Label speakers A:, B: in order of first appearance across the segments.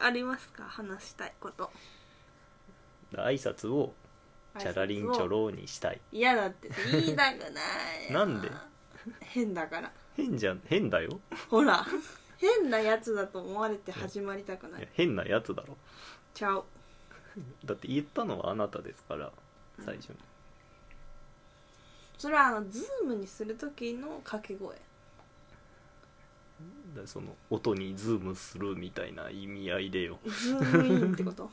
A: ありますか話したいこと
B: 挨拶をチャラリンチョロにしたい
A: 嫌だって言いたくない
B: なんで
A: 変だから
B: 変じゃん変だよ
A: ほら変なやつだと思われて始まりたくないい
B: や変なやつだろ
A: ちゃう
B: だって言ったのはあなたですから最初に、
A: それはあのズームにする時の掛け声
B: だからその音にズームするみたいな意味合いでよ
A: ズームインってこと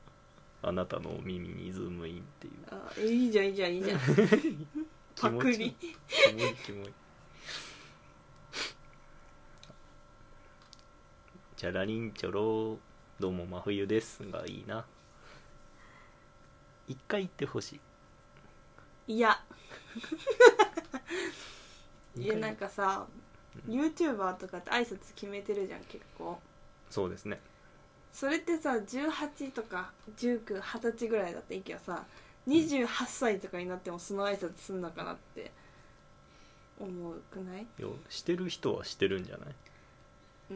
B: あなたのお耳にズームインっていう
A: あいいじゃんいいじゃんいいじゃんパクリ
B: キモいキモいチャラリンチョロどうも真冬ですがいいな一回言ってほし
A: いや
B: い
A: いやなんかさ YouTuber とかって挨拶決めてるじゃん結構
B: そうですね
A: それってさ18とか1920歳ぐらいだったらいいけどさ28歳とかになってもその挨拶すんのかなって思うくない
B: よしてる人はしてるんじゃな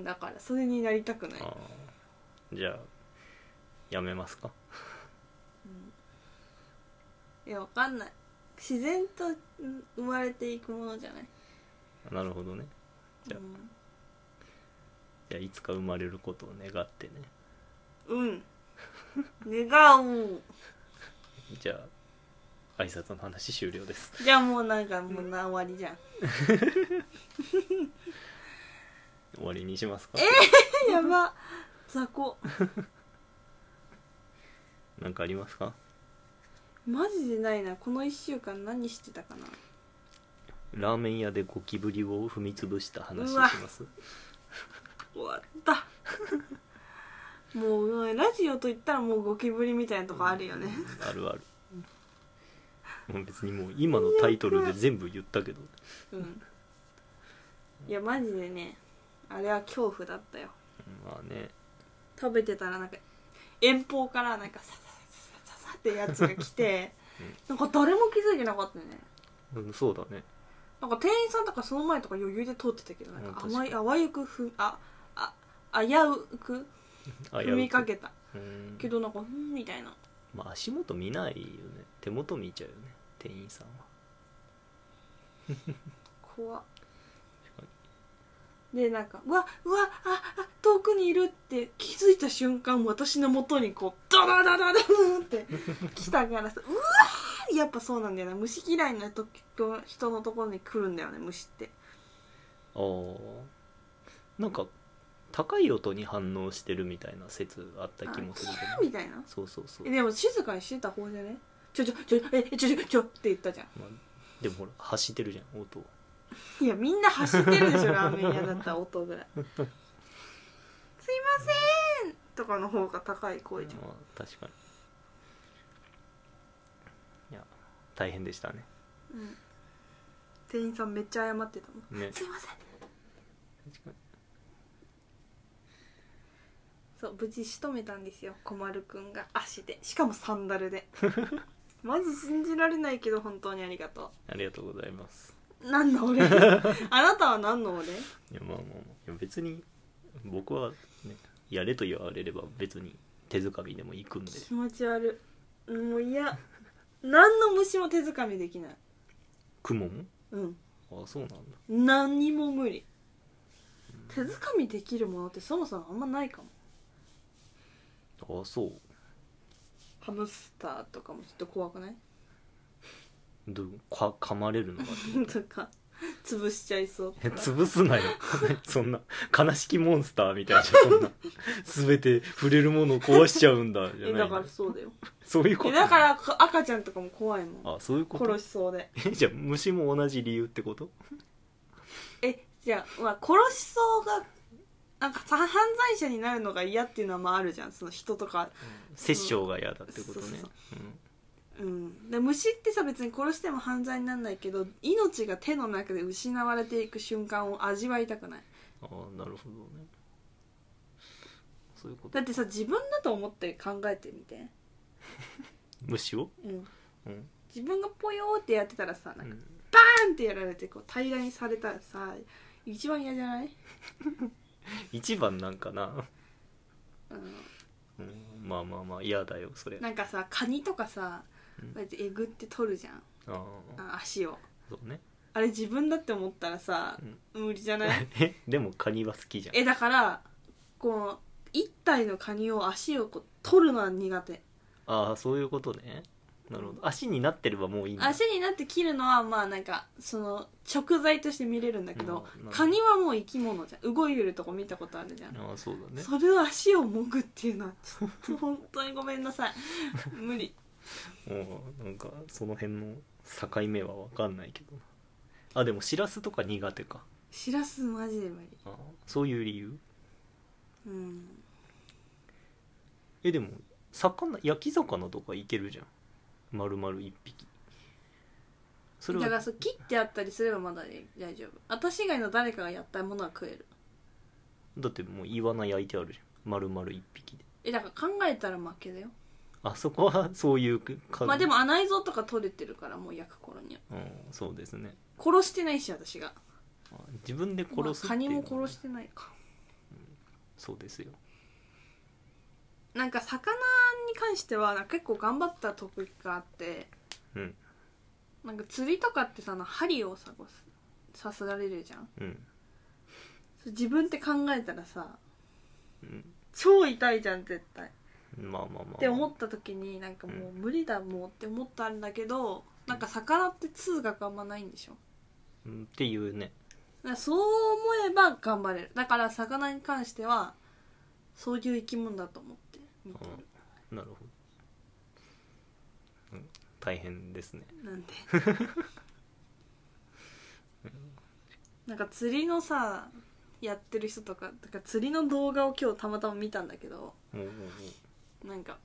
B: い
A: だからそれになりたくない
B: あーじゃあやめますか
A: いやわかんない自然とうん生まれていくものじゃない
B: なるほどねじゃあじゃあいつか生まれることを願ってね
A: うん、うん、願う
B: じゃあ挨拶の話終了です
A: じゃあもうなんかもうな終わりじゃん
B: 終わりにしますか
A: えやば雑魚
B: なんかありますか
A: マジでないなこの1週間何してたかな
B: ラーメン屋でゴキブリを踏み潰した話し
A: うわ
B: ます
A: 終わったもううんラジオと言ったらもうゴキブリみたいなとこあるよね、
B: あるあるもう別にもう今のタイトルで全部言ったけど
A: うん、いやマジでねあれは恐怖だったよ
B: まあね
A: 食べてたらなんか遠方からなんかササササササってやつが来て、なんか誰も気づいてなかったね
B: うんそうだね
A: なんか店員さんとかその前とか余裕で通ってたけどなん
B: うん
A: か
B: 確
A: 甘
B: か
A: い
B: に
A: あわゆくふああ危うく
B: あ
A: 踏みかけた
B: うん
A: けどなんかうんみたいな
B: まあ足元見ないよね手元見ちゃうよね店員さんは
A: 怖っ
B: 確か
A: でなんか「うわうわああ遠くにいる」って気づいた瞬間私の元にこうドドドドドーンって来たからさ「うわー!」やっぱそうなんだよな虫嫌いなと人のところに来るんだよね虫って
B: ああなんか高い音に反応してるみたいな説あった気もするけど、
A: みたいな
B: そうそうそう
A: えでも静かにしてた方じゃねちょちょちょえちょちょちょって言ったじゃ
B: まあ、でもほら走ってるじゃん音
A: んいやみんな走ってるでし ょラーメン屋だったら音ぐらい「すいません!」とかの方が高い声じゃん
B: まあ確かにいや大変でしたね
A: うん店員さんめっちゃ謝ってたもん
B: ね
A: すいません
B: 確かに
A: そう無事仕留めたんですよ小丸くんが足でしかもサンダルで マジ信じられないけど本当にありがと
B: ありがとうございます
A: う何の 俺あなたは何の俺
B: いやまあまあ、まあ、いや別に僕は、ね、やれと言われれば別に手づかみでも行くん で
A: 気持ち悪いもういや何の虫も手づかみできない
B: 雲も
A: うん
B: あそうなんだ
A: 何にも無理手づかみできるものってそもそもあんまないかも
B: あそう
A: ハムスターとかもちょっと怖くない
B: どうか噛まれるのか
A: とか潰しちゃいそう
B: え潰すなよ そんな悲しきモンスターみたいじゃんそんな全て触れるものを壊しちゃうんだじゃ
A: え
B: な
A: だ
B: い
A: からそうだよ
B: そういうこ
A: え
B: と
A: だからこ赤ちゃんとかも怖いもん
B: あそういうこと
A: 殺しそうで
B: えじゃあ虫も同じ理由ってこと
A: えじゃあ、まあ、殺しそうがなんかさ犯罪者になるのが嫌っていうのはまああるじゃんその人とか
B: 殺生が嫌だってこと
A: そう
B: ね
A: そううんで虫ってさ別に殺しても犯罪にならないけど命が手の中で失われていく瞬間を味わいたくない
B: うんああなるほどねそういうこと
A: だってさ自分だと思って考えてみて、
B: 虫を
A: うん、
B: うん、
A: 自分がぽよーってやってたらさなんか
B: うん
A: パンってやられてこう平らにされたらさ一番嫌じゃない
B: 一番なんかな
A: あの
B: うん、まあまあまあ嫌だよそれあ
A: なんかさカニとかさ
B: うん
A: こうやってえぐって取るじゃん
B: あ
A: あ足を
B: そうね
A: あれ自分だって思ったらさ、無理じゃない
B: えでもカニは好きじゃん
A: えだからこう一体のカニを足をこう取るのは苦手
B: ああそういうことねなるほど足になってればもういいんだ
A: 足になって切るのはまあなんかその食材として見れるんだけど
B: うんなるほど
A: カニはもう生き物じゃん動いてるとこ見たことあるじゃん、
B: ああそうだね
A: それを足をもぐっていうのはちょっと本当にごめんな さい無理
B: うんなんかその辺の境目は分かんないけどなあでもしらすとか苦手か
A: しらすマジで無理
B: あーそういう理由
A: うん
B: えでも魚焼き魚とかいけるじゃん丸々一匹それ
A: だから
B: は
A: そう切ってあったりすればまだ大丈夫私以外の誰かがやったものは食える
B: だってもうイワナ焼いてあるじゃん丸々一匹で
A: えだから考えたら負けだよ
B: あそこはそういうか
A: まあでも、アナイゾとか取れてるからもう焼く頃には
B: うん、そうですね
A: 殺してないし私が
B: あ自分で殺す
A: まあカニも
B: っていうのは
A: 殺してないか
B: そうですよ
A: なんか魚に関してはなんか結構頑張った得意があって
B: うん
A: なんか釣りとかってさあの針をさこう刺さられるじゃん
B: うん
A: それ自分って考えたらさ
B: うん
A: 超痛いじゃん絶対
B: まあまあまあ
A: って思った時になんかもう無理だもうって思ったんだけどなんか魚って通学あんまないんでしょ
B: うんっていうね
A: だからそう思えば頑張れるだから魚に関してはそういう生き物だと思って見てる
B: うんなるほど、うん、大変ですね
A: なんでなんか釣りのさやってる人とかだから釣りの動画を今日たまたま見たんだけど
B: おうおう
A: なんか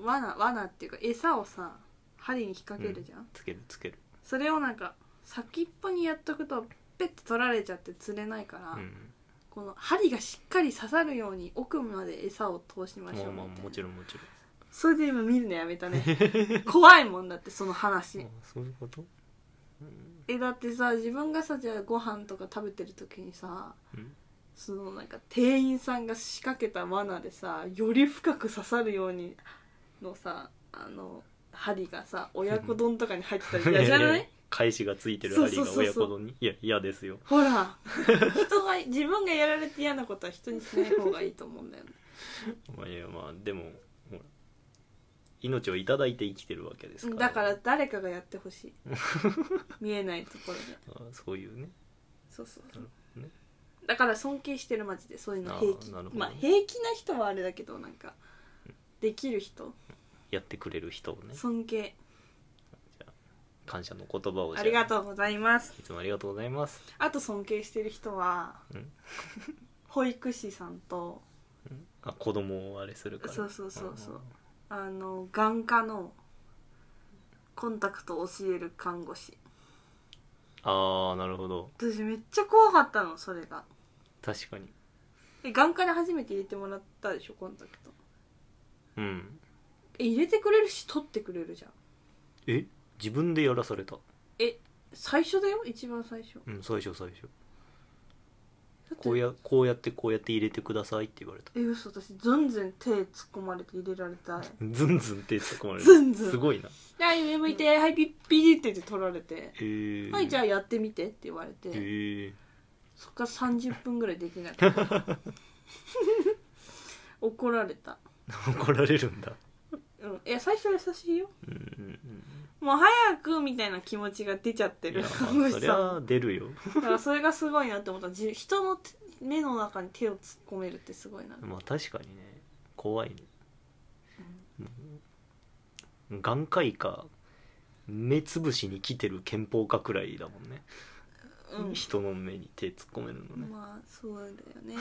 A: 罠罠っていうか餌をさ針に引っ掛けるじゃん、
B: つけるつける
A: それをなんか先っぽにやっとくとペッて取られちゃって釣れないから、
B: うん
A: この針がしっかり刺さるように奥まで餌を通し
B: ま
A: ま
B: あ
A: しょうみたいな
B: まあもちろんもちろん
A: それで今見るのやめた ね怖いもんだってその話、
B: あそういうこと、うん
A: えだってさ自分がさじゃあご飯とか食べてる時にさ
B: うん
A: そのなんか店員さんが仕掛けた罠でさより深く刺さるようにのさあの針がさ親子丼とかに入ってたり嫌じゃ ない
B: 返しがついてる
A: そう
B: 針
A: そうそ
B: が
A: うそう
B: 親子丼にいや嫌ですよ
A: ほら人が自分がやられて嫌なことは人にしない方がいいと思うんだよね
B: まあいやまあでもほら命をいただいて生きてるわけですから
A: だから誰かがやってほ しい見えないところで
B: あそういうね
A: そうそう
B: なるほどね
A: だから尊敬してるマジでそういうの平気
B: あーなるほど
A: まあ平気な人はあれだけどなんかできる人
B: やってくれる人をね
A: 尊敬
B: 感謝の言葉をじゃ
A: ありがとうございます
B: いつもありがとうございます
A: あと尊敬してる人は
B: うん
A: 保育士さんと
B: うんあ子供をあれするから
A: そうそうそうそうあの眼科のコンタクトを教える看護師
B: ああなるほど
A: 私めっちゃ怖かったのそれが
B: 確かに
A: え眼科で初めて入れてもらったでしょコンタクト
B: うん
A: え入れてくれるし取ってくれるじゃん
B: え自分でやらされた
A: え最初だよ一番最初だ
B: うん最初最初
A: って
B: こうやこうやってこうやって入れてくださいって言われた
A: え嘘私ずんずん手突っ込まれて入れられたい
B: ズンズンって突っ込まれる
A: ズンズン
B: すごいな
A: 「はい上向いてはいピッピリ」って言って取られて
B: へ
A: 「
B: え
A: はいじゃ
B: あ
A: あやってみて」って言われて
B: へえ
A: そっから30分ぐらいできな かった怒られた
B: 怒られるんだ
A: うんいや最初は優しいよ
B: うんうん
A: もう早くみたいな気持ちが出ちゃって
B: うんい
A: る
B: やまあ
A: 看護師
B: そり
A: さ
B: ゃ
A: ん
B: 出るよ
A: だからそれがすごいなって思ったじ人の手目の中に手を突っ込めるってすごいな
B: まあ確かにね怖いね、うん眼科医か目つぶしに来てる憲法家くらいだもんね、
A: うん
B: 人の目に手突っ込めるのね、
A: まあそうだよね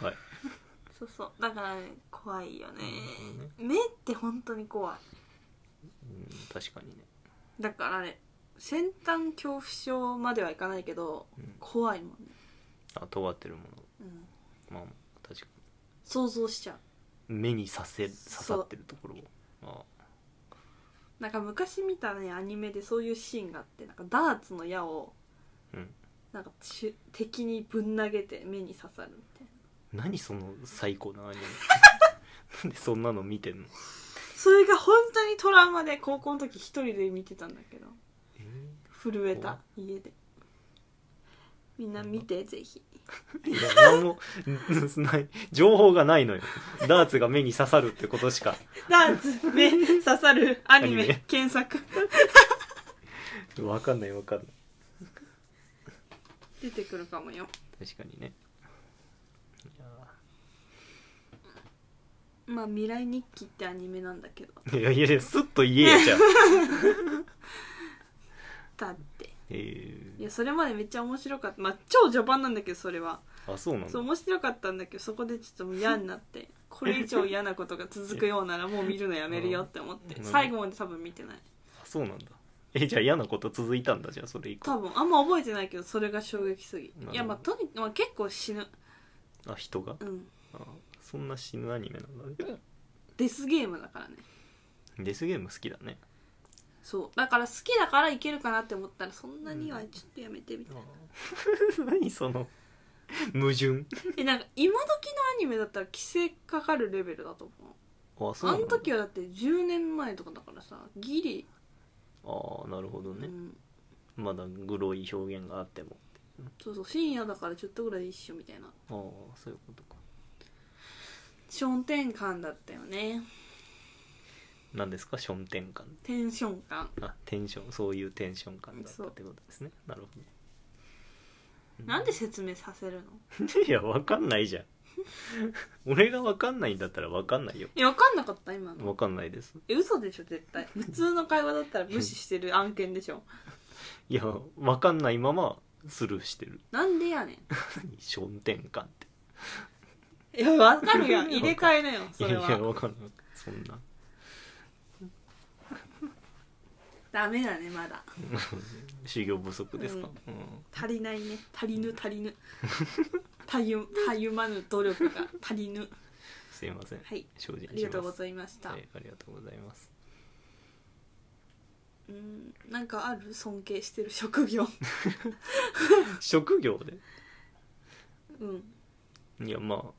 B: はい
A: そうそうだから、ね、怖いよね
B: なる
A: 目って本当に怖い
B: うん、確かにね
A: だからね先端恐怖症まではいかないけど、
B: うん
A: 怖いもんね、
B: あ尖ってるも
A: うん、
B: のまあまあ確か
A: 想像しちゃ
B: に目に刺せ刺
A: そう
B: さってるところを
A: うなんか昔見たねアニメでそういうシーンがあってなんかダーツの矢を
B: あうん
A: なんかし敵にぶん投げて目に刺さるみたいな
B: 何その最高なアニ メなんでそんなの見てんの、
A: それが本当にトラウマで高校の時一人で見てたんだけど
B: え
A: 震えた家でみんな見てぜひ
B: ーいや何もない情報がないのよダーツが目に刺さるってことしか
A: ダーツ目刺さるアニ
B: アニ
A: メ
B: メ
A: 検索
B: 分かんない分かんない
A: 出てくるかもよ
B: 確かにねいやー
A: まあ「未来日記」ってアニメなんだけど
B: いやいやいや、すっと言えよじ ゃん。
A: だって
B: え
A: いやそれまでめっちゃ面白かったまあ超序盤なんだけどそれは
B: ー、あ、そうなん
A: そ
B: だ
A: う。面白かったんだけどそこでちょっともう嫌になって これ以上嫌なことが続くようならもう見るのやめるよって思っ
B: う
A: て
B: ん
A: 最後まで多分見てない
B: あそうなんだ。え、じゃあ嫌なこと続いたんだ、じゃあそれ以降。
A: 多分あんま覚えてないけどそれが衝撃すぎ
B: なるほど
A: いやまあとにまあ結構死ぬ
B: あ、人が
A: うん
B: あそんな死ぬアニメなんだね。
A: デスゲームだからね
B: デスゲーム好きだね。
A: そうだから好きだからいけるかなって思ったらそんなにはちょっとやめてみたいな、
B: 何その、矛盾。
A: えなんか今時のアニメだったら規制かかるレベルだと思う
B: あ、そう
A: あ
B: なん
A: の
B: だ。
A: 時はだって10年前とかだからさギリ、
B: ああ、なるほど
A: う
B: ね。
A: ん、
B: まだグロい表現があっても。
A: そうそう深夜だからちょっとぐらい一緒みたいな
B: ああ、そういうことか。
A: 商店感だったよね
B: 何ですか、ションテン感。
A: テンション感
B: あ、テンション、そういうテンション感だったってことですね。なるほど。う
A: なんで説明させるの
B: いや、わかんないじゃん。 俺がわかんないんだったらわかんないよ。
A: え分かんなかった今の
B: わかんないです。
A: え嘘でしょ絶対普通の会話だったら無視してる案件でしょ
B: いや、わかんないままスルーしてる。
A: なんでやねん
B: 何ションテン感って。
A: いや分かるやん入れ替えなよそ
B: い
A: れ
B: やいや、
A: は
B: わかんない。そんな。
A: ダメだねまだ
B: 修行不足ですか。うん。
A: 足りないね足りぬ足りぬ たゆたゆまぬ努力が足りぬ
B: すいません。
A: はい
B: 精進します。
A: ありがとうございました、
B: はい、ありがとうございます。
A: うんなんかある尊敬してる職 業
B: 職業で
A: うん
B: いや、まあ、ね、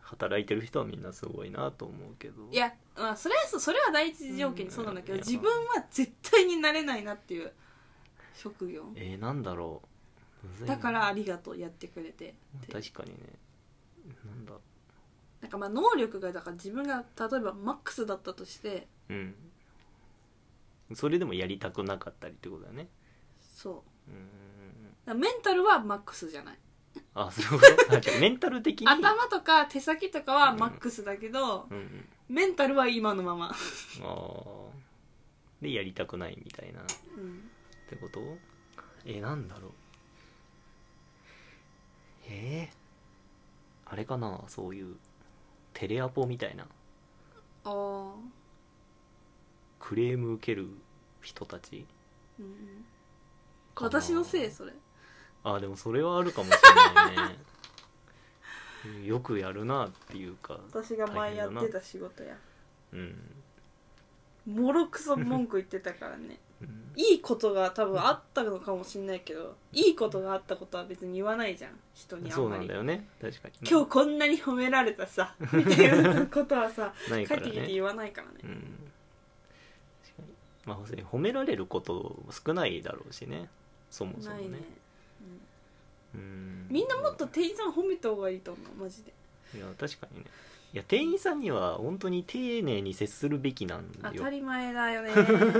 B: 働いてる人はみんなすごいなと思うけど。
A: い、や、まあ、それはそうそれは第一条件にそうなんだけど、
B: うん
A: 自分は絶対になれないなっていう職業
B: えー、なんだろう。むずいな
A: だからあ、りがとうやってくれてって
B: 確かにね。なんだろ
A: なんかまあ能力がだから自分が例えばマックスだったとして
B: う。うん。それでもやりたくなかったりってことだよね。
A: そう
B: うーん
A: だからメンタルはマックスじゃない
B: あそういうことあ じゃあメンタル的に
A: 頭とか手先とかはマックスだけど、
B: うんうん、
A: メンタルは今のまま、
B: あーでやりたくないみたいなっ
A: うん、
B: てことえなんだろうえー、あれかなそういうテレアポみたいな
A: ああ
B: クレーム受ける人たち
A: うんうん
B: かな
A: 私のせいそれ
B: あでもそれはあるかもしれないね うんよくやるなっていうか
A: 私が前やって
B: 大変
A: た仕事や
B: うん、
A: もろくそ文句言ってたからね
B: うん、
A: いいことが多分あったのかもしんないけどいいことがあったことは別に言わないじゃん人にあ
B: そ
A: ん
B: う
A: ま
B: なん
A: り
B: だよね確かに
A: 今日こんなに褒められた さみたいなことはさ
B: ない
A: 帰
B: か
A: っ
B: ら
A: て
B: ね
A: きて言わないからね
B: うん確かにまあ別に褒められることも少ないだろうしねそもそも
A: ない
B: ね
A: ね、
B: うん
A: みんなもっと店員さん褒めた方がいいと思うマジで
B: いや確かにねいや店員さんには本当に丁寧に接するべきなんだ
A: 当
B: よ
A: たり前だ よね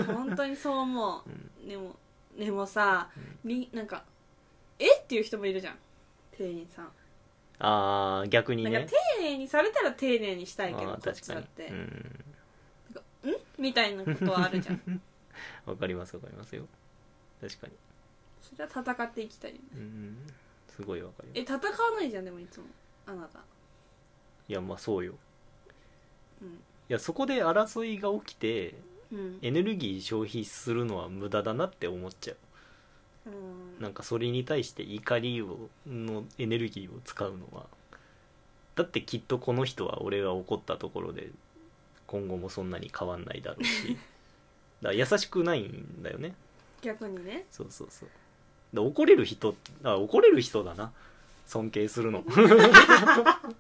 A: 本当にそう思
B: うん
A: うでもでもさ
B: うん
A: みなんかえっていう人もいるじゃん店員さん
B: ああ逆に
A: なんか
B: ね
A: 丁寧にされたら丁寧にしたいけど
B: あ
A: こ
B: ー
A: っちだって、
B: うん
A: みたいなことはあるじゃ ん
B: わかりますわかりますよ確かに
A: それは戦っていきたいよね
B: うんすごいわかりま
A: え
B: す
A: 戦わないじゃんでもいつもあなた
B: いやまあそうよ
A: うん
B: いやそこで争いが起きて
A: うん
B: エネルギー消費するのは無駄だなって思っちゃ
A: う
B: う
A: ん
B: なんかそれに対して怒りをのエネルギーを使うのはだってきっとこの人は俺が怒ったところで今後もそんなに変わんないだ ろうしだから優しくないんだよね
A: 逆にね
B: そうそうそうで怒れる人あ怒れる人だな尊敬するの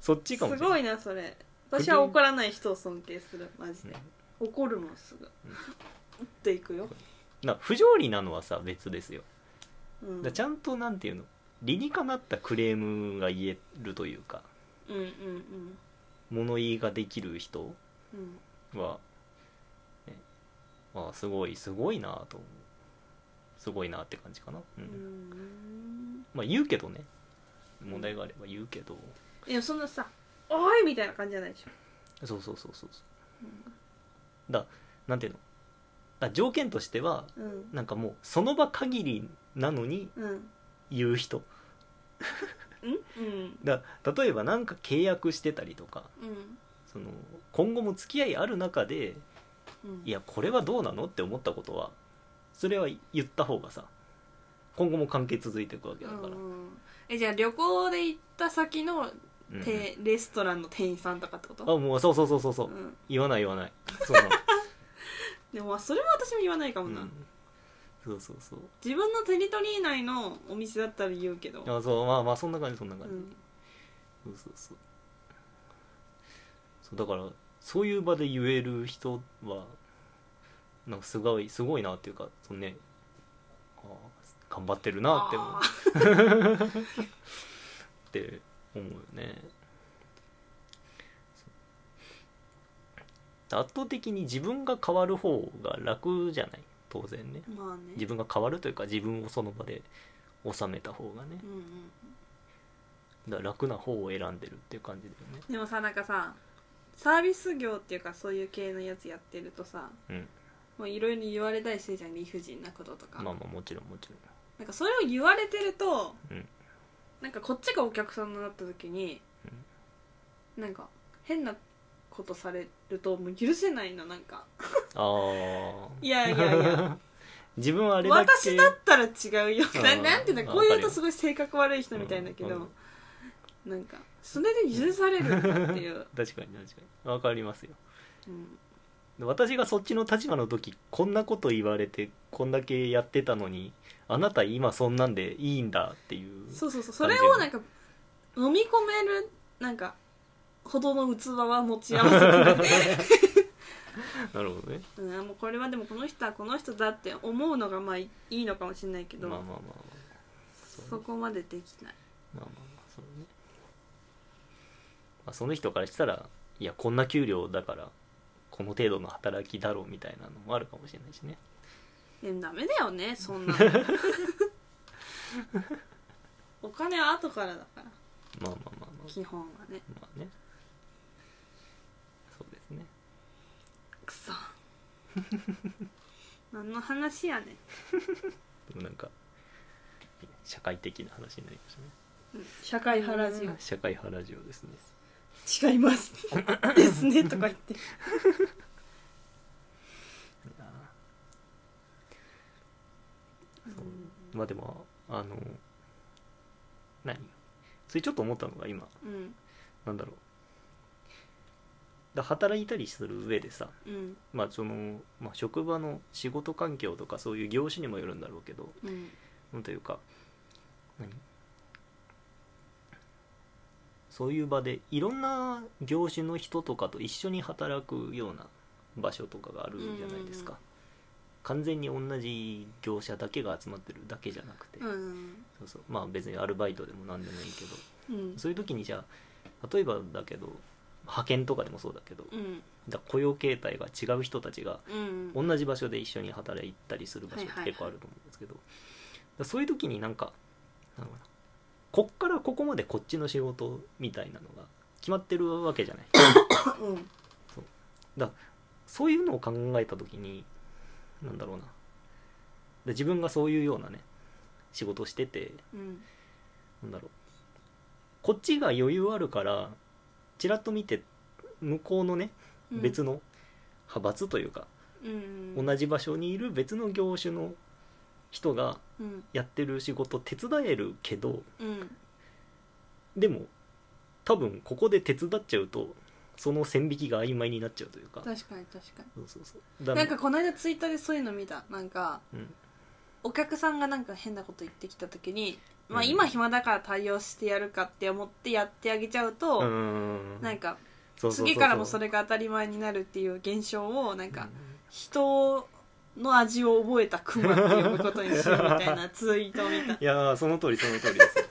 B: そっちかも
A: す
B: しれな
A: ご
B: い
A: いなそれ私は怒らない人を尊敬するマジで怒るもんすぐっていくよ、
B: な不条理なのはさ別ですよ
A: うん、
B: だちゃんとなんていうの理にかなったクレームが言えるというか
A: うんうんうん
B: 物言いができる人
A: うん
B: は、ね、あすごいすごいなと思うすごいなって感じかな、う
A: うんん
B: まあ言うけどね問題があれば言うけど
A: いやそんなさ「おい!」みたいな感じじゃないでしょ、
B: そうそうそうそうそう
A: うん
B: なんていうのあ条件としては
A: うん
B: なんかもうその場限りなのに
A: うん
B: 言う人
A: うん
B: だ例えばなんか契約してたりとか
A: うん
B: その今後も付き合いある中で
A: うん
B: いやこれはどうなのって思ったことはそれは言った方がさ今後も関係続いていくわけだから、
A: うんえじゃあ旅行で行った先の
B: うん
A: て、レストランの店員さんとかってこと
B: あもうそうそうそうそうそう、
A: うん、
B: 言わない言 わないそうなの、
A: でもまあそれは私も言わないかも
B: う
A: な、
B: ん、そうそうそう
A: 自分のテリトリー内のお店だったら言うけど
B: あそうまあまあそんな感じそんな感じ、
A: うん
B: そうそうそうそうだからそういう場で言える人はなんかすごいすごいなっていうかそのねあー頑張ってるなって思う
A: あー
B: って思うよねそう圧倒的に自分が変わる方が楽じゃない当然ね
A: まあね
B: 自分が変わるというか自分をその場で収めた方がね
A: うんうん
B: だから楽な方を選んでるっていう感じだよね
A: でもさなんかさサービス業っていうかそういう系のやつやってるとさ
B: うん
A: もういろいろ言われたりするじゃん理不尽なこととか、
B: まあまあもちろんもち
A: なんかそれを言われてると、
B: うん
A: なんかこっちがお客さんになった時に、なんか変なことされるともう許せないのなんか
B: ろんああ
A: いやいやいや
B: 自分はあれだけ
A: 私だったら違うよ
B: うん
A: ななんていうのこういうとすごい性格悪い人みたいんだけ
B: う
A: ど
B: ん、
A: なんかそれで許されるんだっていう、
B: 確かに確かにわかりますよ
A: うん
B: 私がそっちの立場の時こんなこと言われてこんだけやってたのにあなた今そんなんでいいんだっていう
A: そうそうそうそれをなんか飲み込めるなんかほどの器は持ち合わせてる
B: なるほどね
A: うん、もうこれはでもこの人はこの人だって思うのがまあいいいのかもしれないけど、
B: まあまあまあまあ
A: そこまでできない
B: まあまあまあそうね、まあ、その人からしたらいやこんな給料だからこの程度の働きだろうみたいなのもあるかもしれないしね
A: でもダメだよねそんなのお金は後からだから
B: まあまあまあまあ
A: 基本はね
B: まあねそうですね
A: くそ 何の話やねん、
B: でもなんか社会的な話になりましたね
A: うん、社会派ラジ
B: 社会派ラジオですね
A: オ違います ですねとか言って
B: そうまあでもあの何それちょっと思ったのが今
A: うん
B: なんだろうだ働いたりする上でさ、
A: うん
B: まあそのまあ、職場の仕事環境とかそういう業種にもよるんだろうけど
A: うん
B: なんというか何そういう場でいろんな業種の人とかと一緒に働くような場所とかがあるじゃないですか、
A: うん
B: 完全に同じ業者だけが集まってるだけじゃなくて、
A: うん
B: そうそうまあ別にアルバイトでも何でもいいけど
A: うん
B: そういう時にじゃあ例えばだけど派遣とかでもそうだけど
A: うん
B: だ雇用形態が違う人たちが
A: うん
B: 同じ場所で一緒に働いたりする場所って結構あると思うんですけど、だそういう時になんかなんだろうなこっからここまでこっちの仕事みたいなのが決まってるわけじ ゃない
A: うん
B: そういうのを考えた時になんだろうなだ自分がそういうようなね仕事をしてて
A: うん
B: なんだろうこっちが余裕あるからちらっと見て向こうのね
A: うん
B: 別の派閥というか、
A: うん
B: 同じ場所にいる別の業種の人が
A: うん
B: やってる仕事手伝えるけど
A: うん
B: でも多分ここで手伝っちゃうとその線引きが曖昧になっちゃうというか
A: 確かに確かに
B: そうそうそうだ
A: なんかこの間ツイッターでそういうの見たなんか
B: うん
A: お客さんがなんか変なこと言ってきた時に、まあ、
B: うん
A: 今暇だから対応してやるかって思ってやってあげちゃうと、
B: うん
A: なんか
B: そうそうそうそう
A: 次からもそれが当たり前になるっていう現象をなん
B: う
A: か
B: ん
A: 人の味を覚えたクマって呼ぶことにしようみたい なツイートを見た
B: いやーその通りその通りですよ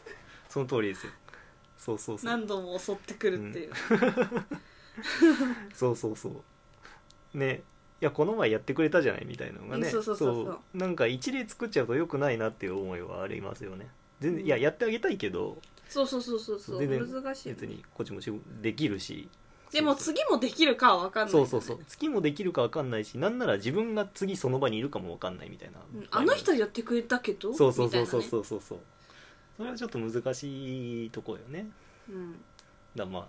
B: その通りですよそうそうそう
A: 何度も襲ってくるっていう、
B: そうそうそうねいやこの前やってくれたじゃないみたいなのがね
A: うんそうそうそうそう
B: なんか一例作っちゃうと良くないなっていう思いはありますよね全然、
A: うん
B: いややってあげたいけど
A: そうそうそうそうそう
B: 全然
A: 難しいよね
B: 別にこっちも仕事できるし
A: でも次もできるかは分かんない、
B: そうそうそう月もできるか分かんないしなんなら自分が次その場にいるかも分かんないみたいな、
A: うんあの人やってくれたけど
B: そうそうそうそう
A: みたい
B: そうそうそうそれはちょっと難しいとこよね
A: なねうん
B: だまあ、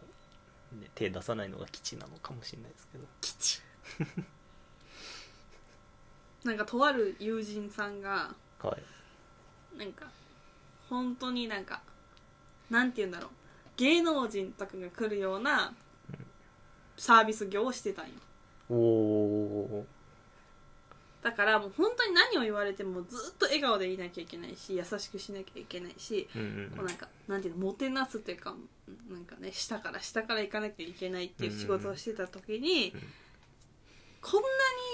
B: ね、手出さないのが基地なのかもしれないですけど
A: 基地なんかとある友人さんが
B: はい
A: なんか本当になんかなんて言うんだろう芸能人とかが来るようなサービス業をしてたんよ
B: おお
A: だからもう本当に何を言われてもずっと笑顔でいなきゃいけないし優しくしなきゃいけないし
B: うんう
A: こうんなんかなんていうのもてなすというかなんかね下から下から行かなきゃいけないっていう仕事をしてた時に、
B: うんうんうん
A: こんな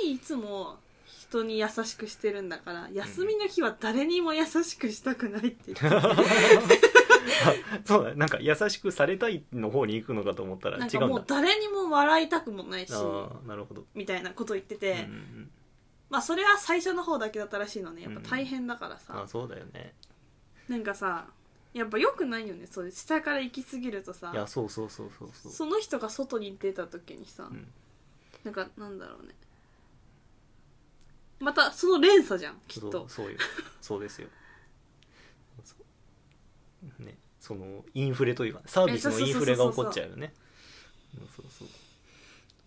A: にいつも人に優しくしてるんだから休みの日は誰にも優しくしたくない って言って
B: そうだなんか優しくされたいの方に行くのかと思ったら
A: なん
B: 違
A: か
B: うん
A: も
B: だ
A: う誰にも笑いたくもないし
B: ああなるほど、
A: みたいなこと言って
B: う
A: て、
B: んうんうん、
A: まあそれは最初の方だけだったらしいのねやっぱ大変だから
B: あ
A: さ
B: あ、そうだよね
A: なんかさやっぱ良くないよねそういう下から行き過ぎるとさ
B: いやそうそうそうそうそう
A: その人が外に出た時にさ、
B: うん
A: なんかなんだろうねまたその連鎖じゃんきっ
B: そう
A: と
B: そうよそうですよそうねそのインフレというかサービスのインフレが起こっちゃうよねうんそうそう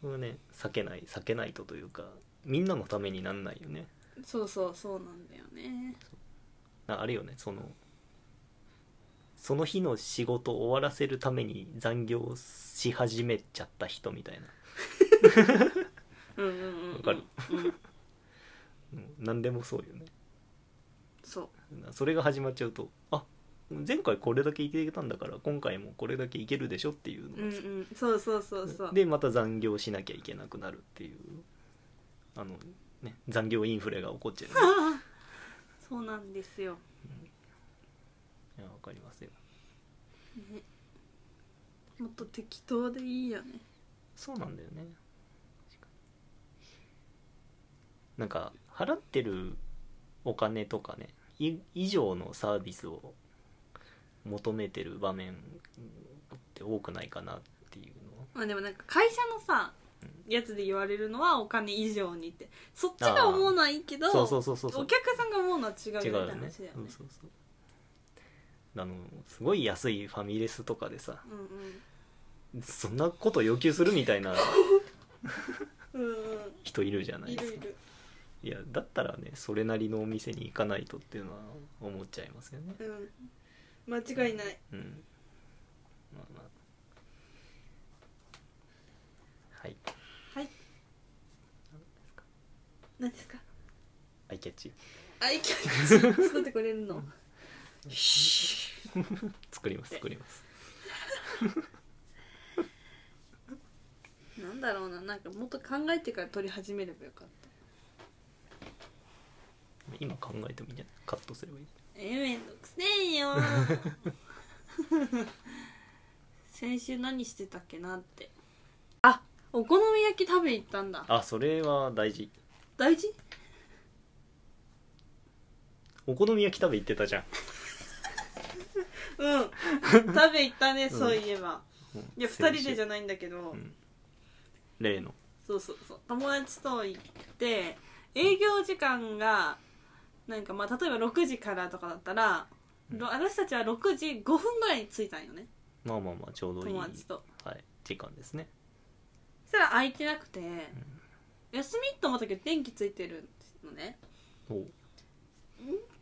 B: それはね避けない避けないとというかみんなのためになんないよね
A: そうそうそうなんだよね
B: なあるよねそのその日の仕事を終わらせるために残業し始めちゃった人みたいな、
A: うんうんうんうん
B: わかる
A: うん
B: うん、何でもそうよね
A: そう
B: それが始まっちゃうとあ前回これだけいけたんだから今回もこれだけいけるでしょっていうのが
A: うんうんそうそうそうそう
B: でまた残業しなきゃいけなくなるっていうあの、ね、残業インフレが起こっちゃうね、
A: そうなんですよ、
B: いやわかりますよ
A: ね、もっと適当でいいよね
B: そうなんだよねなんか払ってるお金とかねい以上のサービスを求めてる場面って多くないかなっていうのは
A: まあでもなんか会社のさやつで言われるのはお金以上にってそっちが思うのはいいけど
B: そうそうそうそうそう
A: お客さんが思うのは違うよ
B: 違うよ
A: って話だよ
B: ね
A: ね
B: そうそうそうあのすごい安いファミレスとかでさそんなこと要求するみたいな
A: うんうんうん
B: 人いるじゃ
A: う
B: なんい
A: い
B: で
A: る
B: す
A: い
B: か
A: る
B: いやだったらねそれなりのお店に行かないとっていうのは思っちゃいますよね
A: うん間違いない
B: うんまあまあはい
A: はい何ですか
B: アイキャッチ
A: あいけ作ってくれるの
B: 作ります作ります
A: なんだろうななんかもっと考えてから撮り始めればよかった
B: 今考えてもいいんじゃないカットすればいい
A: えー、めんどくせえよ先週何してたっけなってあお好み焼き食べに行ったんだ
B: あそれは大事
A: 大事
B: お好み焼き食べ行ってたじゃん
A: うん食べ行ったね
B: うん
A: そういえば、いや2人でじ
B: ゃ
A: ゃないんだけど、
B: うん例の
A: そうそうそう友達と行って営業時間がなんかまあ例えば6時からとかだったら、
B: うん
A: ろ私たちは6時5分ぐらいに着いたんよね
B: まあまあまあちょうどいい、
A: 友
B: はい
A: 達と
B: 時間ですね
A: そしたら空いてなくて、休みと思ったけど電気ついてるのね
B: おう
A: っ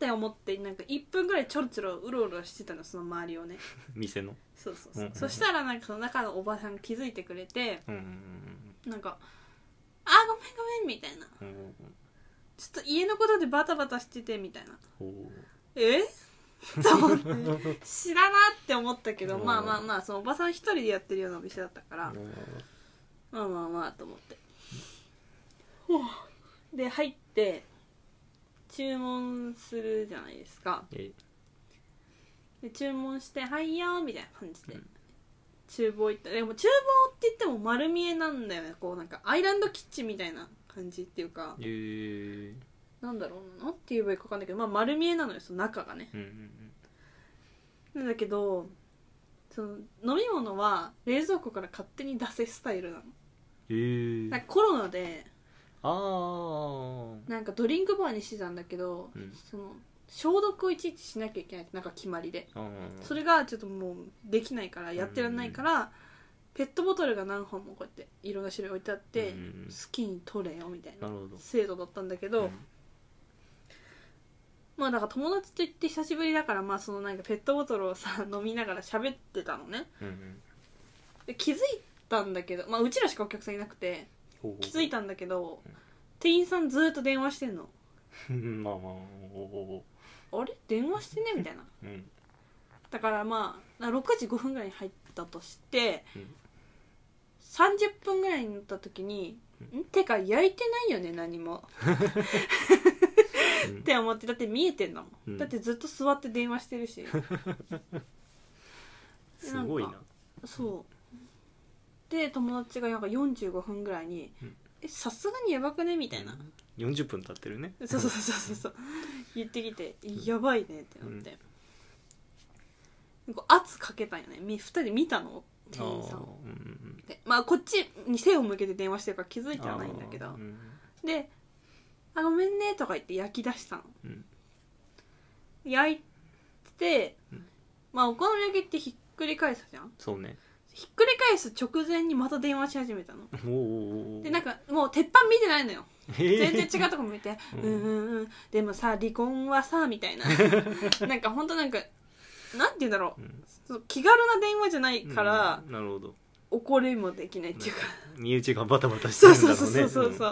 A: て思ってなんか1分ぐらいちょろちょろうろうろしてたのその周りをね
B: 店の
A: そうそうそう、
B: うんうんうん
A: そしたらなんかその中のおばさんが気づいてくれて
B: うんうん
A: なんか「あーごめんごめん」みたいな
B: うんうんうんうん
A: 「ちょっと家のことでバタバタしててみたいな
B: おー
A: え と思って知らなって思ったけど
B: うん
A: まあまあまあそのおばさん一人でやってるようなお店だったから、
B: あー
A: まあまあまあと思ってほうで入って注文するじゃないですか
B: え
A: で注文して「はいよ」みたいな感じで、
B: うん
A: 厨房行ったでも厨房って言っても丸見えなんだよねこうなんかアイランドキッチンみたいな感じっていうか
B: えー
A: なんだろうななんて言えばいいか分かんないけど、まあ、丸見えなのよその中がね
B: うんう
A: な
B: ん
A: んだけどその飲み物は冷蔵庫から勝手に出せスタイルなの
B: うんえー
A: なんかコロナで
B: ああ
A: なんかドリンクバーにしてたんだけど、
B: うん
A: その消毒をいちいちしなきゃいけないってなんか決まりで
B: あー
A: それがちょっともうできないからやってらんないから、ペットボトルが何本もこうやっていろんな種類置いてあって、
B: うん
A: 好きに取れよみたい
B: な
A: な
B: るほど
A: 制度だったんだけど、まあだから友達と行って久しぶりだからまあそのなんかペットボトルをさ飲みながら喋ってたのね
B: うんうん
A: で気づいたんだけどまあうちらしかお客さんいなくて
B: ほうほう
A: 気づいたんだけど、
B: うん
A: 店員さんずーっと電話してんの
B: うんまあまあお
A: あれ電話してねみたいな
B: ーうん
A: だからまあ6時5分ぐらいに入ったとして、
B: うん
A: 30分ぐらいになった時に「んてか焼いてないよね何も」
B: うん
A: って思ってだって見えてんだもん、
B: うん
A: だってずっと座って電話してる し
B: すごいな
A: そうで友達がなんか45分ぐらいに
B: うん
A: 「えさすがにやばくね?」みたいな、
B: 40分経ってるね
A: そうそうそうそうそう言ってきて「やばいね」ってなって、こう圧かけたんよねみ二人で見たの店員さん
B: あー
A: を
B: うんうん
A: でまあこっちに背を向けて電話してるから気づ
B: う
A: いてはないんだけ
B: あー
A: ど
B: うん
A: で「あごめんね」とか言って焼き出したの
B: うん
A: 焼いて、
B: うん
A: まあお好み焼きってひっくり返すじゃん
B: そうね
A: ひっくり返す直前にまた電話し始めたの
B: おーお
A: でなん
B: か
A: かもう鉄板見てないのよ全然違うとこ見て
B: う
A: 「
B: ん
A: うんうんうんでもさ離婚はさ」みた いななんかほんとなんかなんて言うんだろ
B: うん
A: うその気軽な電話じゃないから、
B: うんなるほど
A: 怒りもできないっていうか
B: 身内がバタバタして
A: そう
B: るんだ
A: そう
B: ろ
A: そううそう
B: ね
A: そうそ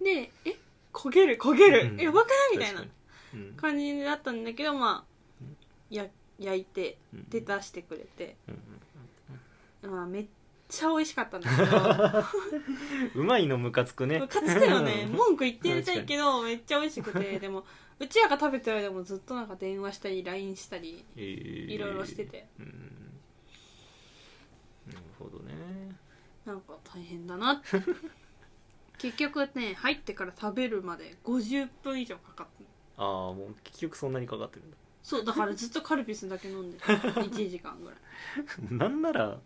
A: う、でえ焦げる焦げ
B: う
A: る
B: ん
A: えやばくない
B: ん
A: みたいな
B: 確かにうん
A: 感じだったんだけどまあ
B: うん
A: や焼いて
B: うん
A: で出してくれて、
B: うん
A: まあ、めっちゃ美味しかったんだけど
B: うんうまいのムカつくね
A: ムカつくよね
B: うん
A: 文句言ってやりたいけどめっちゃ美味しく てでもうちらが食べてる間もずっとなんか電話したり LINE したり
B: えー
A: いろいろしてて
B: うんなるほどね
A: なんか大変だなって 結局ね入ってから食べるまで50分以上かかった
B: ああもう結局そんなにかかってるんだ
A: そうだからずっとカルピスだけ飲んで た1時間ぐらい
B: なんなら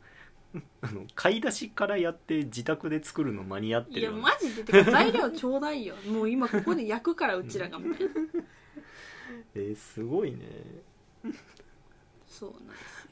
B: あの買い出しからやって自宅で作るの間に合って
A: い
B: る
A: や
B: よね
A: マジでてか材料ちょうだいよもう今ここで焼くからうちらがみたいな
B: えーすごいね
A: そうなんですよ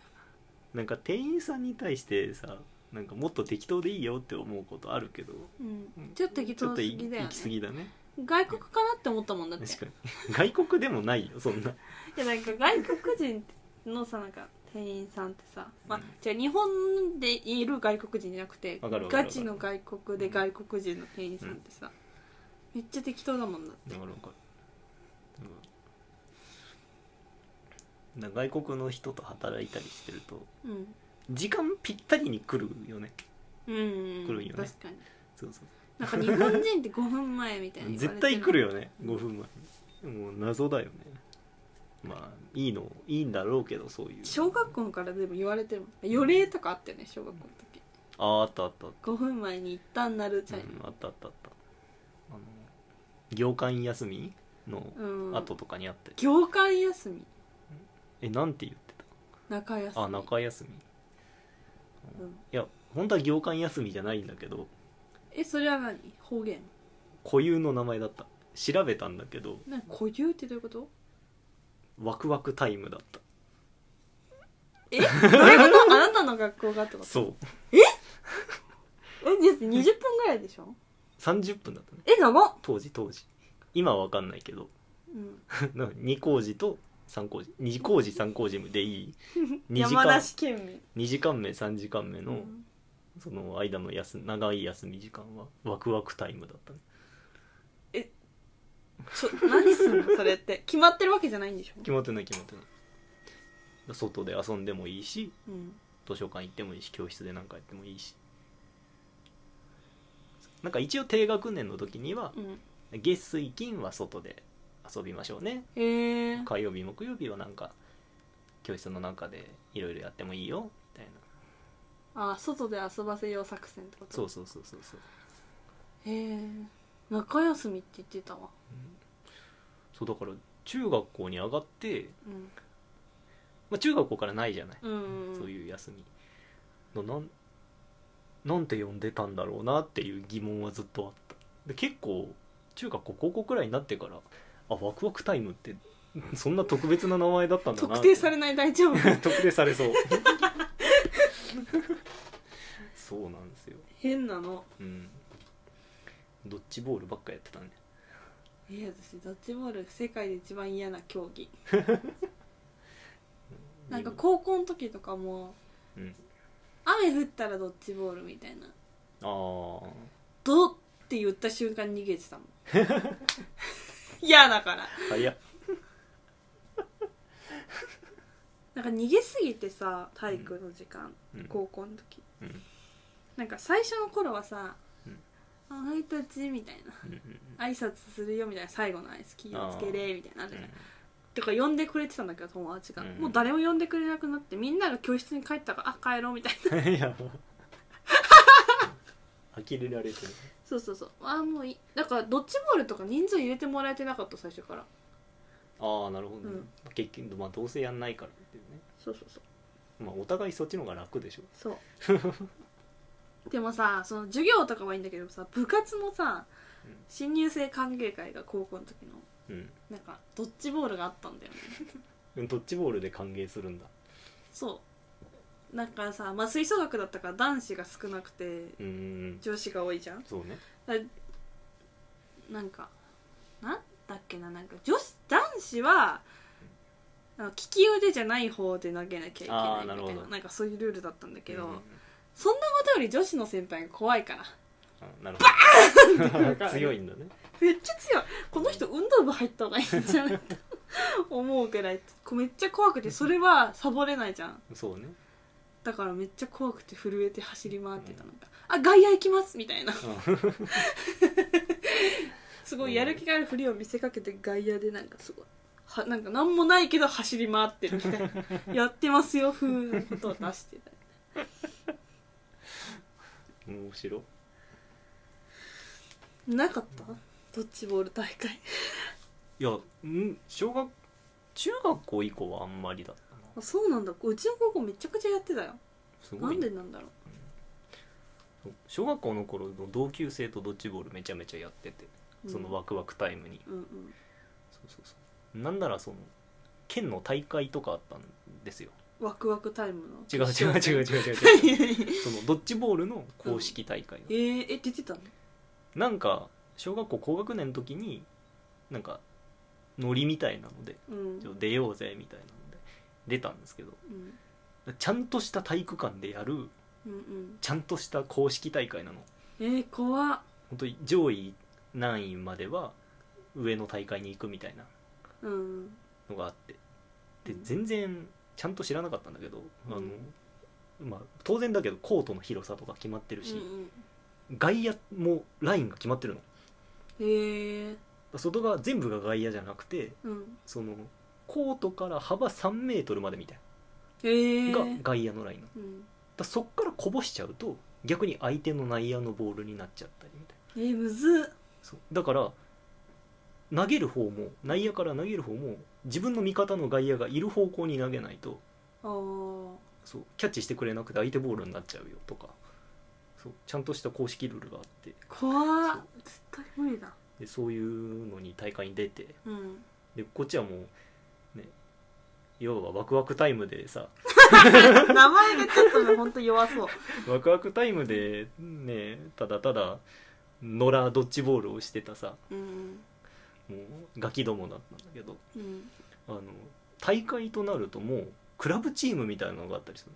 B: なんか店員さんに対してさなんかもっと適当でいいよって思うことあるけど
A: うん、ちょっと適
B: ちょ
A: 当
B: っ
A: す
B: と
A: ぎだよ
B: い行
A: ね
B: き過ぎだね
A: 外国かなって思ったもんだってい
B: 確かに 外国でもないよそんな
A: やなんか外国人のさなんか店員さんってさ、まあ
B: うん、
A: じゃあ日本でいる外国人じゃなくて
B: わかるわかる
A: ガチの外国で外国人の店員さんってさ、めっちゃ適当だもんだ
B: だからなんか、うん、なんか外国の人と働いたりしてると
A: うん
B: 時間ぴったりに来るよね
A: うんうん、
B: 来るよね
A: 確かに
B: そうそう
A: なんか日本人って5分前みたいな
B: 絶対来る
A: よ
B: よね5分前にもう謎だよねまあいいのいいんだろうけどそういう
A: 小学校からでも言われてるもん予令とかあったよね小学校の時
B: あああったあったあっ
A: 5分前に一旦なるチ
B: た、
A: ャイ
B: うんあったあったあったあの業間休みの
A: ムうん
B: 後とかにあって、
A: 業界休み
B: えなんて言って
A: 中休
B: た
A: み
B: あ中休み
A: うん
B: いや本当は業間休みじゃないんだけど
A: えそれは何方言
B: 固有の名前だった調べたんだけど
A: なんか固有ってどういうこと
B: ワクワクタイムだった
A: えどういうことあなたの学校がってこと
B: そう
A: えだって20分ぐらいでしょ
B: 30分だったね
A: え長っ、
B: 当時当時今は分かんないけど
A: うん、
B: な2工事と3工事2工事3工事でい い2時
A: 山
B: 間
A: 梨県民
B: 2時間目3時間目の
A: うん
B: その間の休長い休み時間はワクワクタイムだったね
A: ちょ何すんのそれって決まってるわけじゃないんでしょ、
B: 決まってない決まってない外で遊んでもいいし
A: うん、
B: 図書館行ってもいいし教室で何かやってもいいしなんか一応低学年の時には
A: うん、
B: 月水金は外で遊びましょうね
A: へえ
B: 火曜日木曜日はなんか教室の中でいろいろやってもいいよみたいな
A: あ外で遊ばせよう作戦ってこと
B: そうそうそうそうそう
A: へえ中休みって言ってたわ
B: そうだから中学校に上がって、
A: うん
B: まあ、中学校からないじゃない、
A: うん
B: そういう休みのなんなんて呼んでたんだろうなっていう疑問はずっとあったで結構中学校高校くらいになってからあワクワクタイムって そんな特別な名前だったんだな
A: 特定され
B: れ
A: ない大丈夫
B: 特定されそうそうなんですよ
A: 変なの
B: うんドッジボールばっかやってたね
A: えー、私ドッジボール世界で一番嫌な競 技なんか高校の時とかも
B: うん
A: 雨降ったらドッジボールみたいな
B: ああ
A: 「ド」って言った瞬間逃げてたもん 嫌だから
B: 早っ
A: なんか逃げすぎてさ体育の時間、
B: うん
A: 高校の時
B: うん
A: なんか最初の頃はさ
B: うん
A: 「あはいたち」みたいな
B: うん
A: 「挨拶するよ」みたいな最後の挨拶気をつけれ」みたいなのあるじ
B: う
A: ゃ
B: ん
A: ないとか呼んでくれてたんだけど友達が、
B: うん
A: もう誰も呼んでくれなくなってみんなが教室に帰ったから「あ帰ろう」みたいな
B: いやもう 呆れられてる
A: そうそうそうあーもういいだからドッジボールとか人数入れてもらえてなかった最初から
B: ああなるほ
A: う
B: ど、ね
A: ん
B: 結局、まあ、どうせやんないからっていうね
A: そうそうそう
B: まあお互いそっちの方が楽でしょ
A: そう でもさその授業とかはいいんだけどさ部活のさ
B: うん
A: 新入生歓迎会が高校の時の
B: うん
A: なんかドッジボールがあったんだよね
B: ドッジボールで歓迎するんだ
A: そうなんかさ、まあ、吹奏楽だったから男子が少なくて
B: うーん
A: 女子が多いじゃん
B: そうね
A: だなんかなんだっけななんか女子男子はあの利き腕じゃない方で投げなきゃいけな
B: あー
A: い
B: なる
A: み
B: ほ
A: た
B: ど
A: いななんかそういうルールだったんだけど、
B: うん
A: そんなことより女子の先輩が怖いから
B: あなるほ
A: ーンって
B: ど 強いんだね
A: めっちゃ強いこの人運動部入った方がいいんじゃないと思うくらいこうめっちゃ怖くてそれはサボれないじゃん
B: そうね
A: だからめっちゃ怖くて震えて走り回ってたのが「あ外野行きます」みたいな
B: うん
A: すごいやる気があるふりを見せかけて外野でなんかすごいはなんか何もないけど走り回ってるみたい なやってますよ風なことを出してた
B: 面白い
A: なかったドッジボール大会
B: いやん小学中学校以降はあんまりだったな
A: あそうなんだうちの高校めちゃくちゃやってたよ
B: す
A: な
B: ごい
A: ん
B: ね
A: でなんだろう
B: 小学校の頃の同級生とドッジボールめちゃめちゃやっててそのワクワクタイムに、
A: うんうん
B: そうそうそうなんならその県の大会とかあったんですよ
A: ワクワクタイムの
B: 違う違う違う違う違う
A: え
B: そのドッジボールの公式大会、
A: ー、え出てたの
B: なんか小学校高学年の時になんかノリみたいなので
A: うん
B: ちょっと出ようぜみたいなので出たんですけど
A: うん
B: ちゃんとした体育館でやる
A: うんうん
B: ちゃんとした公式大会なの
A: えー、怖っ
B: 本当に上位何位までは上の大会に行くみたいな
A: うん
B: のがあってで
A: うん
B: 全然ちゃんと知らなかったんだけど、
A: うん
B: あのまあ、当然だけどコートの広さとか決まってる
A: う
B: し
A: ん、うん
B: 外野もラインが決まってる
A: えー、
B: の外側全部が外野じゃなくて
A: うん
B: そのコートから幅3メートルまでみたい
A: え
B: な
A: ー、
B: が外野のラインなの
A: うん
B: だそっからこぼしちゃうと逆に相手の内野のボールになっちゃったりみたいな
A: えー、むずっ
B: そうだから投げる方も内野から投げる方も自分の味方の外野がいる方向に投げないと
A: あー
B: そうキャッチしてくれなくて相手ボールになっちゃうよとかそうちゃんとした公式ルールがあって
A: 怖
B: そ
A: っ
B: う
A: 絶対無理だ
B: でそういうのに大会に出て
A: うん
B: でこっちはもうね要はワクワクタイムでさ
A: 名前がちょっとね本当弱そう
B: ワクワクタイムでねただただ野良ドッジボールをしてたさ
A: うん
B: もうガキどもだったんだけど
A: うん
B: あの大会となるともうクラブチームみたいなのがあったりする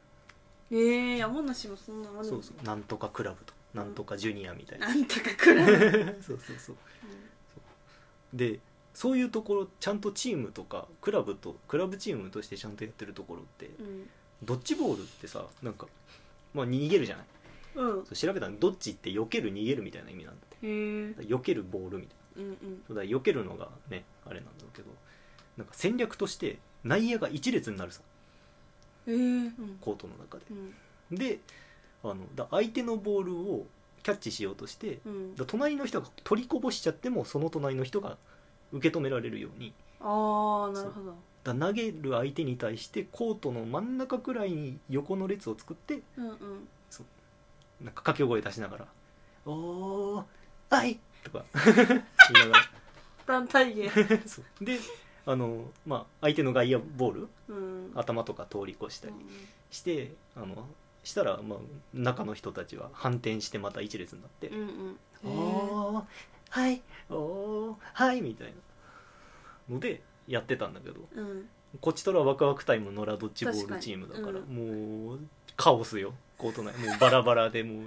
A: えー、山梨もそんなのある
B: そうそうなんとかクラブと なんとかジュニアみたいな
A: なんとかくらい、
B: そうそうそうでそういうところちゃんとチームとかクラブとクラブチームとしてちゃんとやってるところって
A: うん
B: ドッジボールってさなんか、まあ、逃げるじゃない
A: うん
B: そう調べたらドッジって避ける逃げるみたいな意味なんだって
A: へえ
B: だから避けるボールみたいな
A: うんうん
B: そうだから避けるのがねあれなんだろうけどなんか戦略として内野が一列になるさ
A: へえうん
B: コートの中で
A: うん
B: であのだ相手のボールをキャッチしようとして
A: うん
B: だ隣の人が取りこぼしちゃってもその隣の人が受け止められるように
A: ああなるほど
B: だ投げる相手に対してコートの真ん中くらいに横の列を作って
A: うんうん
B: なんか掛け声出しながら「おーはい!」とか言いなが
A: 団体芸
B: らそうであの、まあ、相手の外野ボール
A: うん
B: 頭とか通り越した
A: う
B: り
A: ん
B: してあのしたら、まあ、中の人たちは反転してまた一列になって
A: うん
B: 「
A: うんへ
B: おーはいおーはい」みたいなのでやってたんだけど
A: えうん
B: こっちとらワクワクタイムのラドッジボー
A: 確か
B: ル
A: に
B: チームだから
A: うん
B: もうカオスよコート内もうバラバラでもううん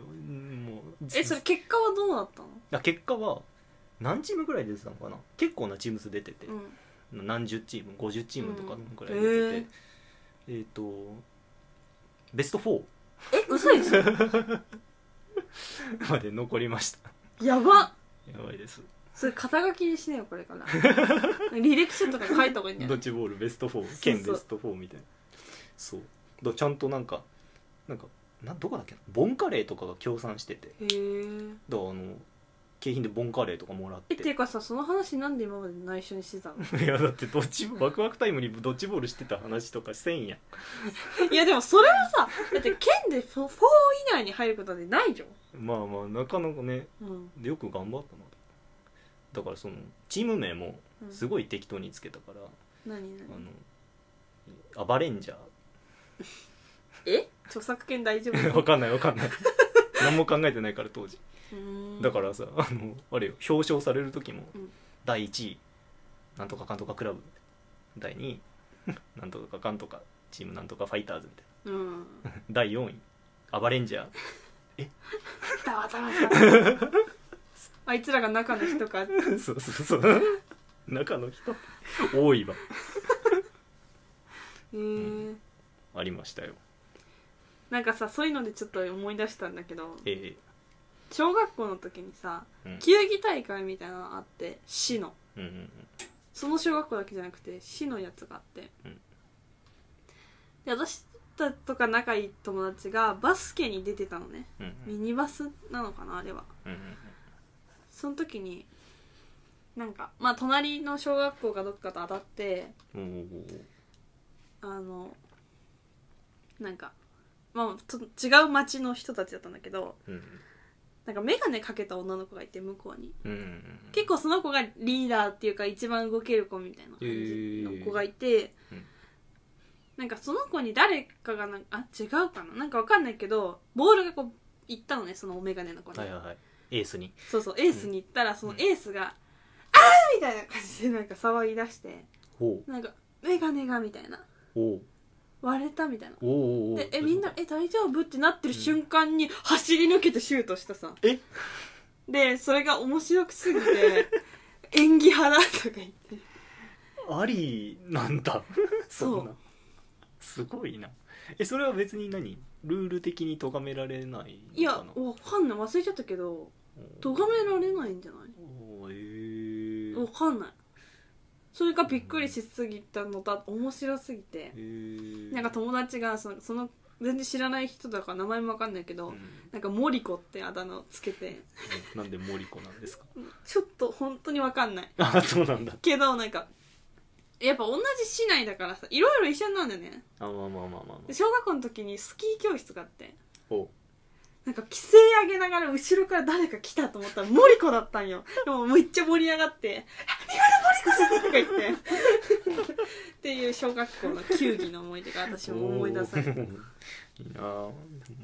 B: もう
A: えそれ結果はどうだったの
B: あ結果は何チームぐらい出てたのかな結構なチーム数出てて、
A: うん
B: 何十チーム50チームとか
A: うん
B: ぐらい出てて、えっ、とベスト4
A: え嘘でしょ
B: まで残りました
A: やば
B: やばいです
A: それ肩書きにしなよこれ から履歴書とか書いた方がいいんじゃ
B: ド
A: な
B: ッ
A: い
B: ジボールベスト4兼
A: そうそう
B: ベスト4みたいなそうだちゃんとなんかなんかなどこだっけなボンカレーとかが協賛してて
A: へえ
B: だからあの景品でボンカレーとかもらっ
A: え
B: て
A: っていうかさその話なんで今まで内緒にしてたの
B: いやだってドッジワクワクタイムにドッジボールしてた話とかせんやん
A: いやでもそれはさだって県でフォ4以内に入ることでないじゃん
B: まあまあなかなかね
A: うん
B: でよく頑張ったなだからそのチーム名も
A: うん
B: すごい適当につけたから、
A: 何何
B: あのアバレンジャ
A: え著作権大丈夫
B: ー わかんないわかんない 何も考えてないから当時
A: うーん
B: だからさあのあれよ表彰される時も、
A: うん
B: 第1位なんとかかんとかクラブ第2位 なんとかかんとかチームなんとかファイターズみたい
A: うん
B: な第4位アバレンジャー
A: ざわざわざわあいつらが中の人か
B: そうそうそう中の人多いわ
A: えー
B: んありましたよ
A: なんかさそういうのでちょっと思い出したんだけど
B: え
A: 小学校の時にさ
B: えうん
A: 球技大会みたいなのあって市の
B: うんうん
A: その小学校だけじゃなくて市のやつがあって、
B: うん
A: で私たちとか仲いい友達がバスケに出てたのね
B: うんう
A: ミ
B: ん
A: ニバスなのかなあれは
B: うん
A: その時になんかまあ隣の小学校がどっかと当たって
B: うんうんおー
A: あのなんか、まあ、と違う町の人たちだったんだけど
B: うん
A: なんか眼鏡かけた女の子がいて向こうに
B: うんうん
A: 結構その子がリーダーっていうか一番動ける子みたいな感じの子がいて、
B: えーうん
A: なんかその子に誰かがなんあ違うかななんかわかんないけどボールがこう行ったのねそのお眼鏡の子に、
B: はいはいはいエースに
A: そうそうエースに行ったらそのエースが「あー!」みたいな感じでなんか騒ぎ出して
B: おう
A: なんか「眼鏡が」みたいな
B: おう
A: 割れたみたいな
B: おうおうおう
A: でえみんな「え大丈夫?」ってなってる瞬間に走り抜けてシュートしたさ
B: え
A: でそれが面白くすぎて 演技派だとか言って
B: ありな んだ
A: そうん
B: なすごいなえそれは別に何ルール的に咎められない
A: い
B: の
A: や
B: かな
A: わかんない忘れちゃったけど咎められないんじゃない
B: おーえ
A: わ
B: ー
A: かんないそれがびっくりしすぎたのだ面白すぎて
B: えー
A: なんか友達がそのその全然知らない人だから名前もわかんないけど、
B: うん
A: なんかモリコってあだ名をつけて
B: なんでモリコなんですか
A: ちょっと本当にわかんない
B: あそうなんだ
A: けどなんかやっぱ同じ市内だからさいろいろ一緒なんだよね
B: あまあまあまあまあまあ
A: で小学校の時にスキー教室があって
B: お
A: なんか規制上げながら後ろから誰か来たと思ったらモリコだったんよでもめっちゃ盛り上がって「今のモリコじゃん!」とか言ってっていう小学校の球技の思い出が私も思い出される
B: おー いいなあ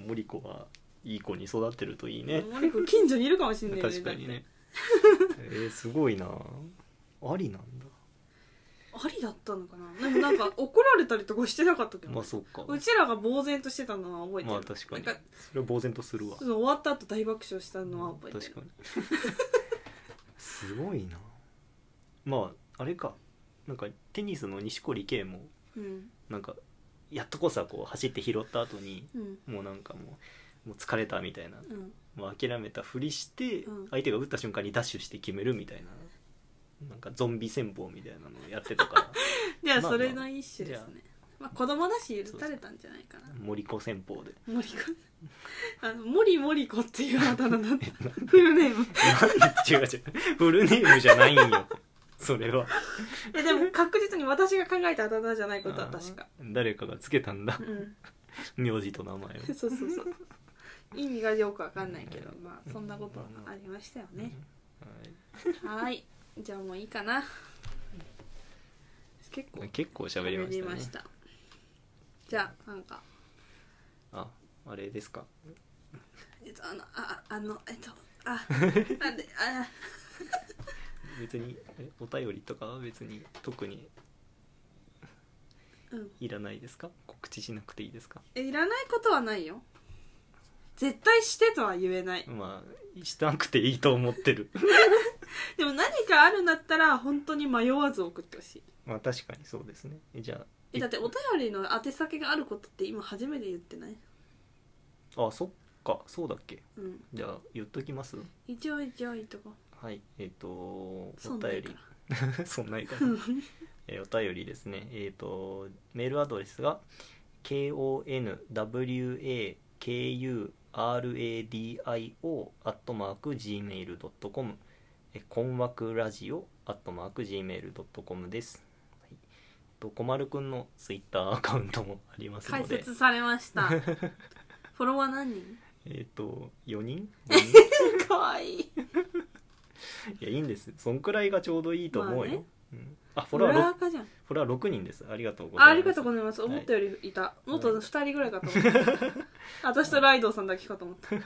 B: モリコはいい子に育ってるといいね
A: モリコ近所にいるかもしれないよ
B: 確かにねえー、すごいなあありなんだ
A: だってありだったのかなでもなんか怒られたりとかしてなかったけどね、
B: まあそうか
A: うちらが呆然としてたのは覚えてる、
B: まあ確かに
A: なんか
B: それは呆然とするわ
A: その終わった後大爆 笑したのは覚えてる
B: 確かにすごいなまああれかなんかテニスの錦織圭も
A: うん
B: なんかやっとこさこう走って拾った後に
A: うん
B: もうなんかもうもう疲れたみたいな
A: うん
B: もう諦めたふりして、
A: うん
B: 相手が打った瞬間にダッシュして決めるみたいななんかゾンビ戦法みたいなのをやって たから
A: じゃあ
B: まあ
A: それの一種ですね、まあ、子供だし
B: そう
A: 打たれたんじゃないかな
B: 森子戦法で
A: 森子 あの森森子っていうあだ名だったフルネーム
B: なん違う違うフルネームじゃないんよそれは
A: えでも確実に私が考えたあだ名じゃないことは確か
B: あー誰かがつけ たんだ
A: う
B: 名字と名前を
A: んそうそうそう意味がよくわかんないけどまあそんなことがありましたよねはーいじゃあもういいかな結
B: は
A: 構
B: い、結構喋りましたね
A: たじゃあなんか
B: ああれですか
A: えっとあのああのえっと あなんであ
B: 別にえお便りとかは別に特に
A: うん
B: いらないですか告知しなくていいですか
A: えいらないことはないよ絶対してとは言えない
B: まあしたくていいと思ってる
A: でも何かあるんだったら本当に迷わず送ってほしい
B: まあ確かにそうですねえじゃあ
A: えだってお便りの宛先があることって今初めて言ってない
B: あそっかそうだっけ
A: うん
B: じゃあ言っときます
A: 一応一応いいとこ
B: はいえっ、とお
A: そんな
B: 便
A: い
B: り
A: か
B: そんないから、えーお便りですねえっ、とメールアドレスが konwakuradio アットマーク gmail.com え困惑ラジオアットマーク gmail.com です、はい、えっと小丸くんのツイッターアカウントもあります
A: 解
B: ので
A: 説されました フォロワー何人
B: えっ、と4人
A: かわいい
B: いやいいんですそんくらいがちょうどいいと思
A: ま
B: うよ、
A: あね
B: うんあフ
A: フ
B: ォ
A: ォ
B: ロ
A: ロ
B: ワー
A: ワ
B: ろ
A: ーかじゃん
B: フォロワー6人ですありがとうござい
A: あ
B: ます
A: ありがとうございます
B: はい
A: 思ったよりいた、もっと2人ぐらいかと思った、 私とライドウさんだけかと思った
B: はい、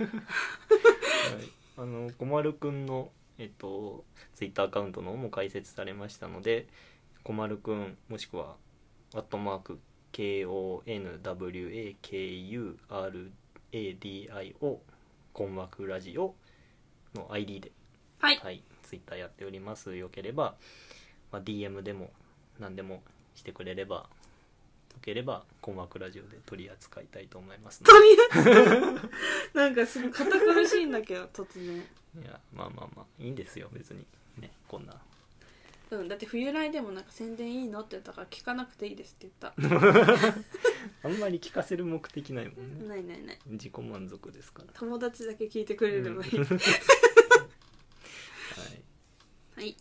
B: あの小丸くんのえっとツイッターアカウントの方も開設されましたので小丸くんもしくは「アットマーク #KONWAKURADIO 困惑ラジオ」の ID で、
A: はい
B: はい、ツイッターやっておりますよければ、まあ、DM でも何でもしてくれればよければ困惑ラジオで取り扱いたいと思いますので
A: とりあえず なんかすごい堅苦しいんだけど突然
B: いやまあまあまあいいんですよ別にねこんな
A: うんだって冬来でもなんか宣伝いいのって言ったから聞かなくていいですって言っ
B: あんまり聞かせる目的ないもん
A: た
B: ね
A: ないないない
B: 自己満足ですから
A: 友達だけ聞いてくれればいい、
B: うん
A: は
B: はい
A: い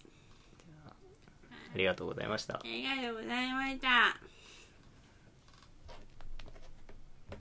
B: ありがとうございました
A: ありがとうございました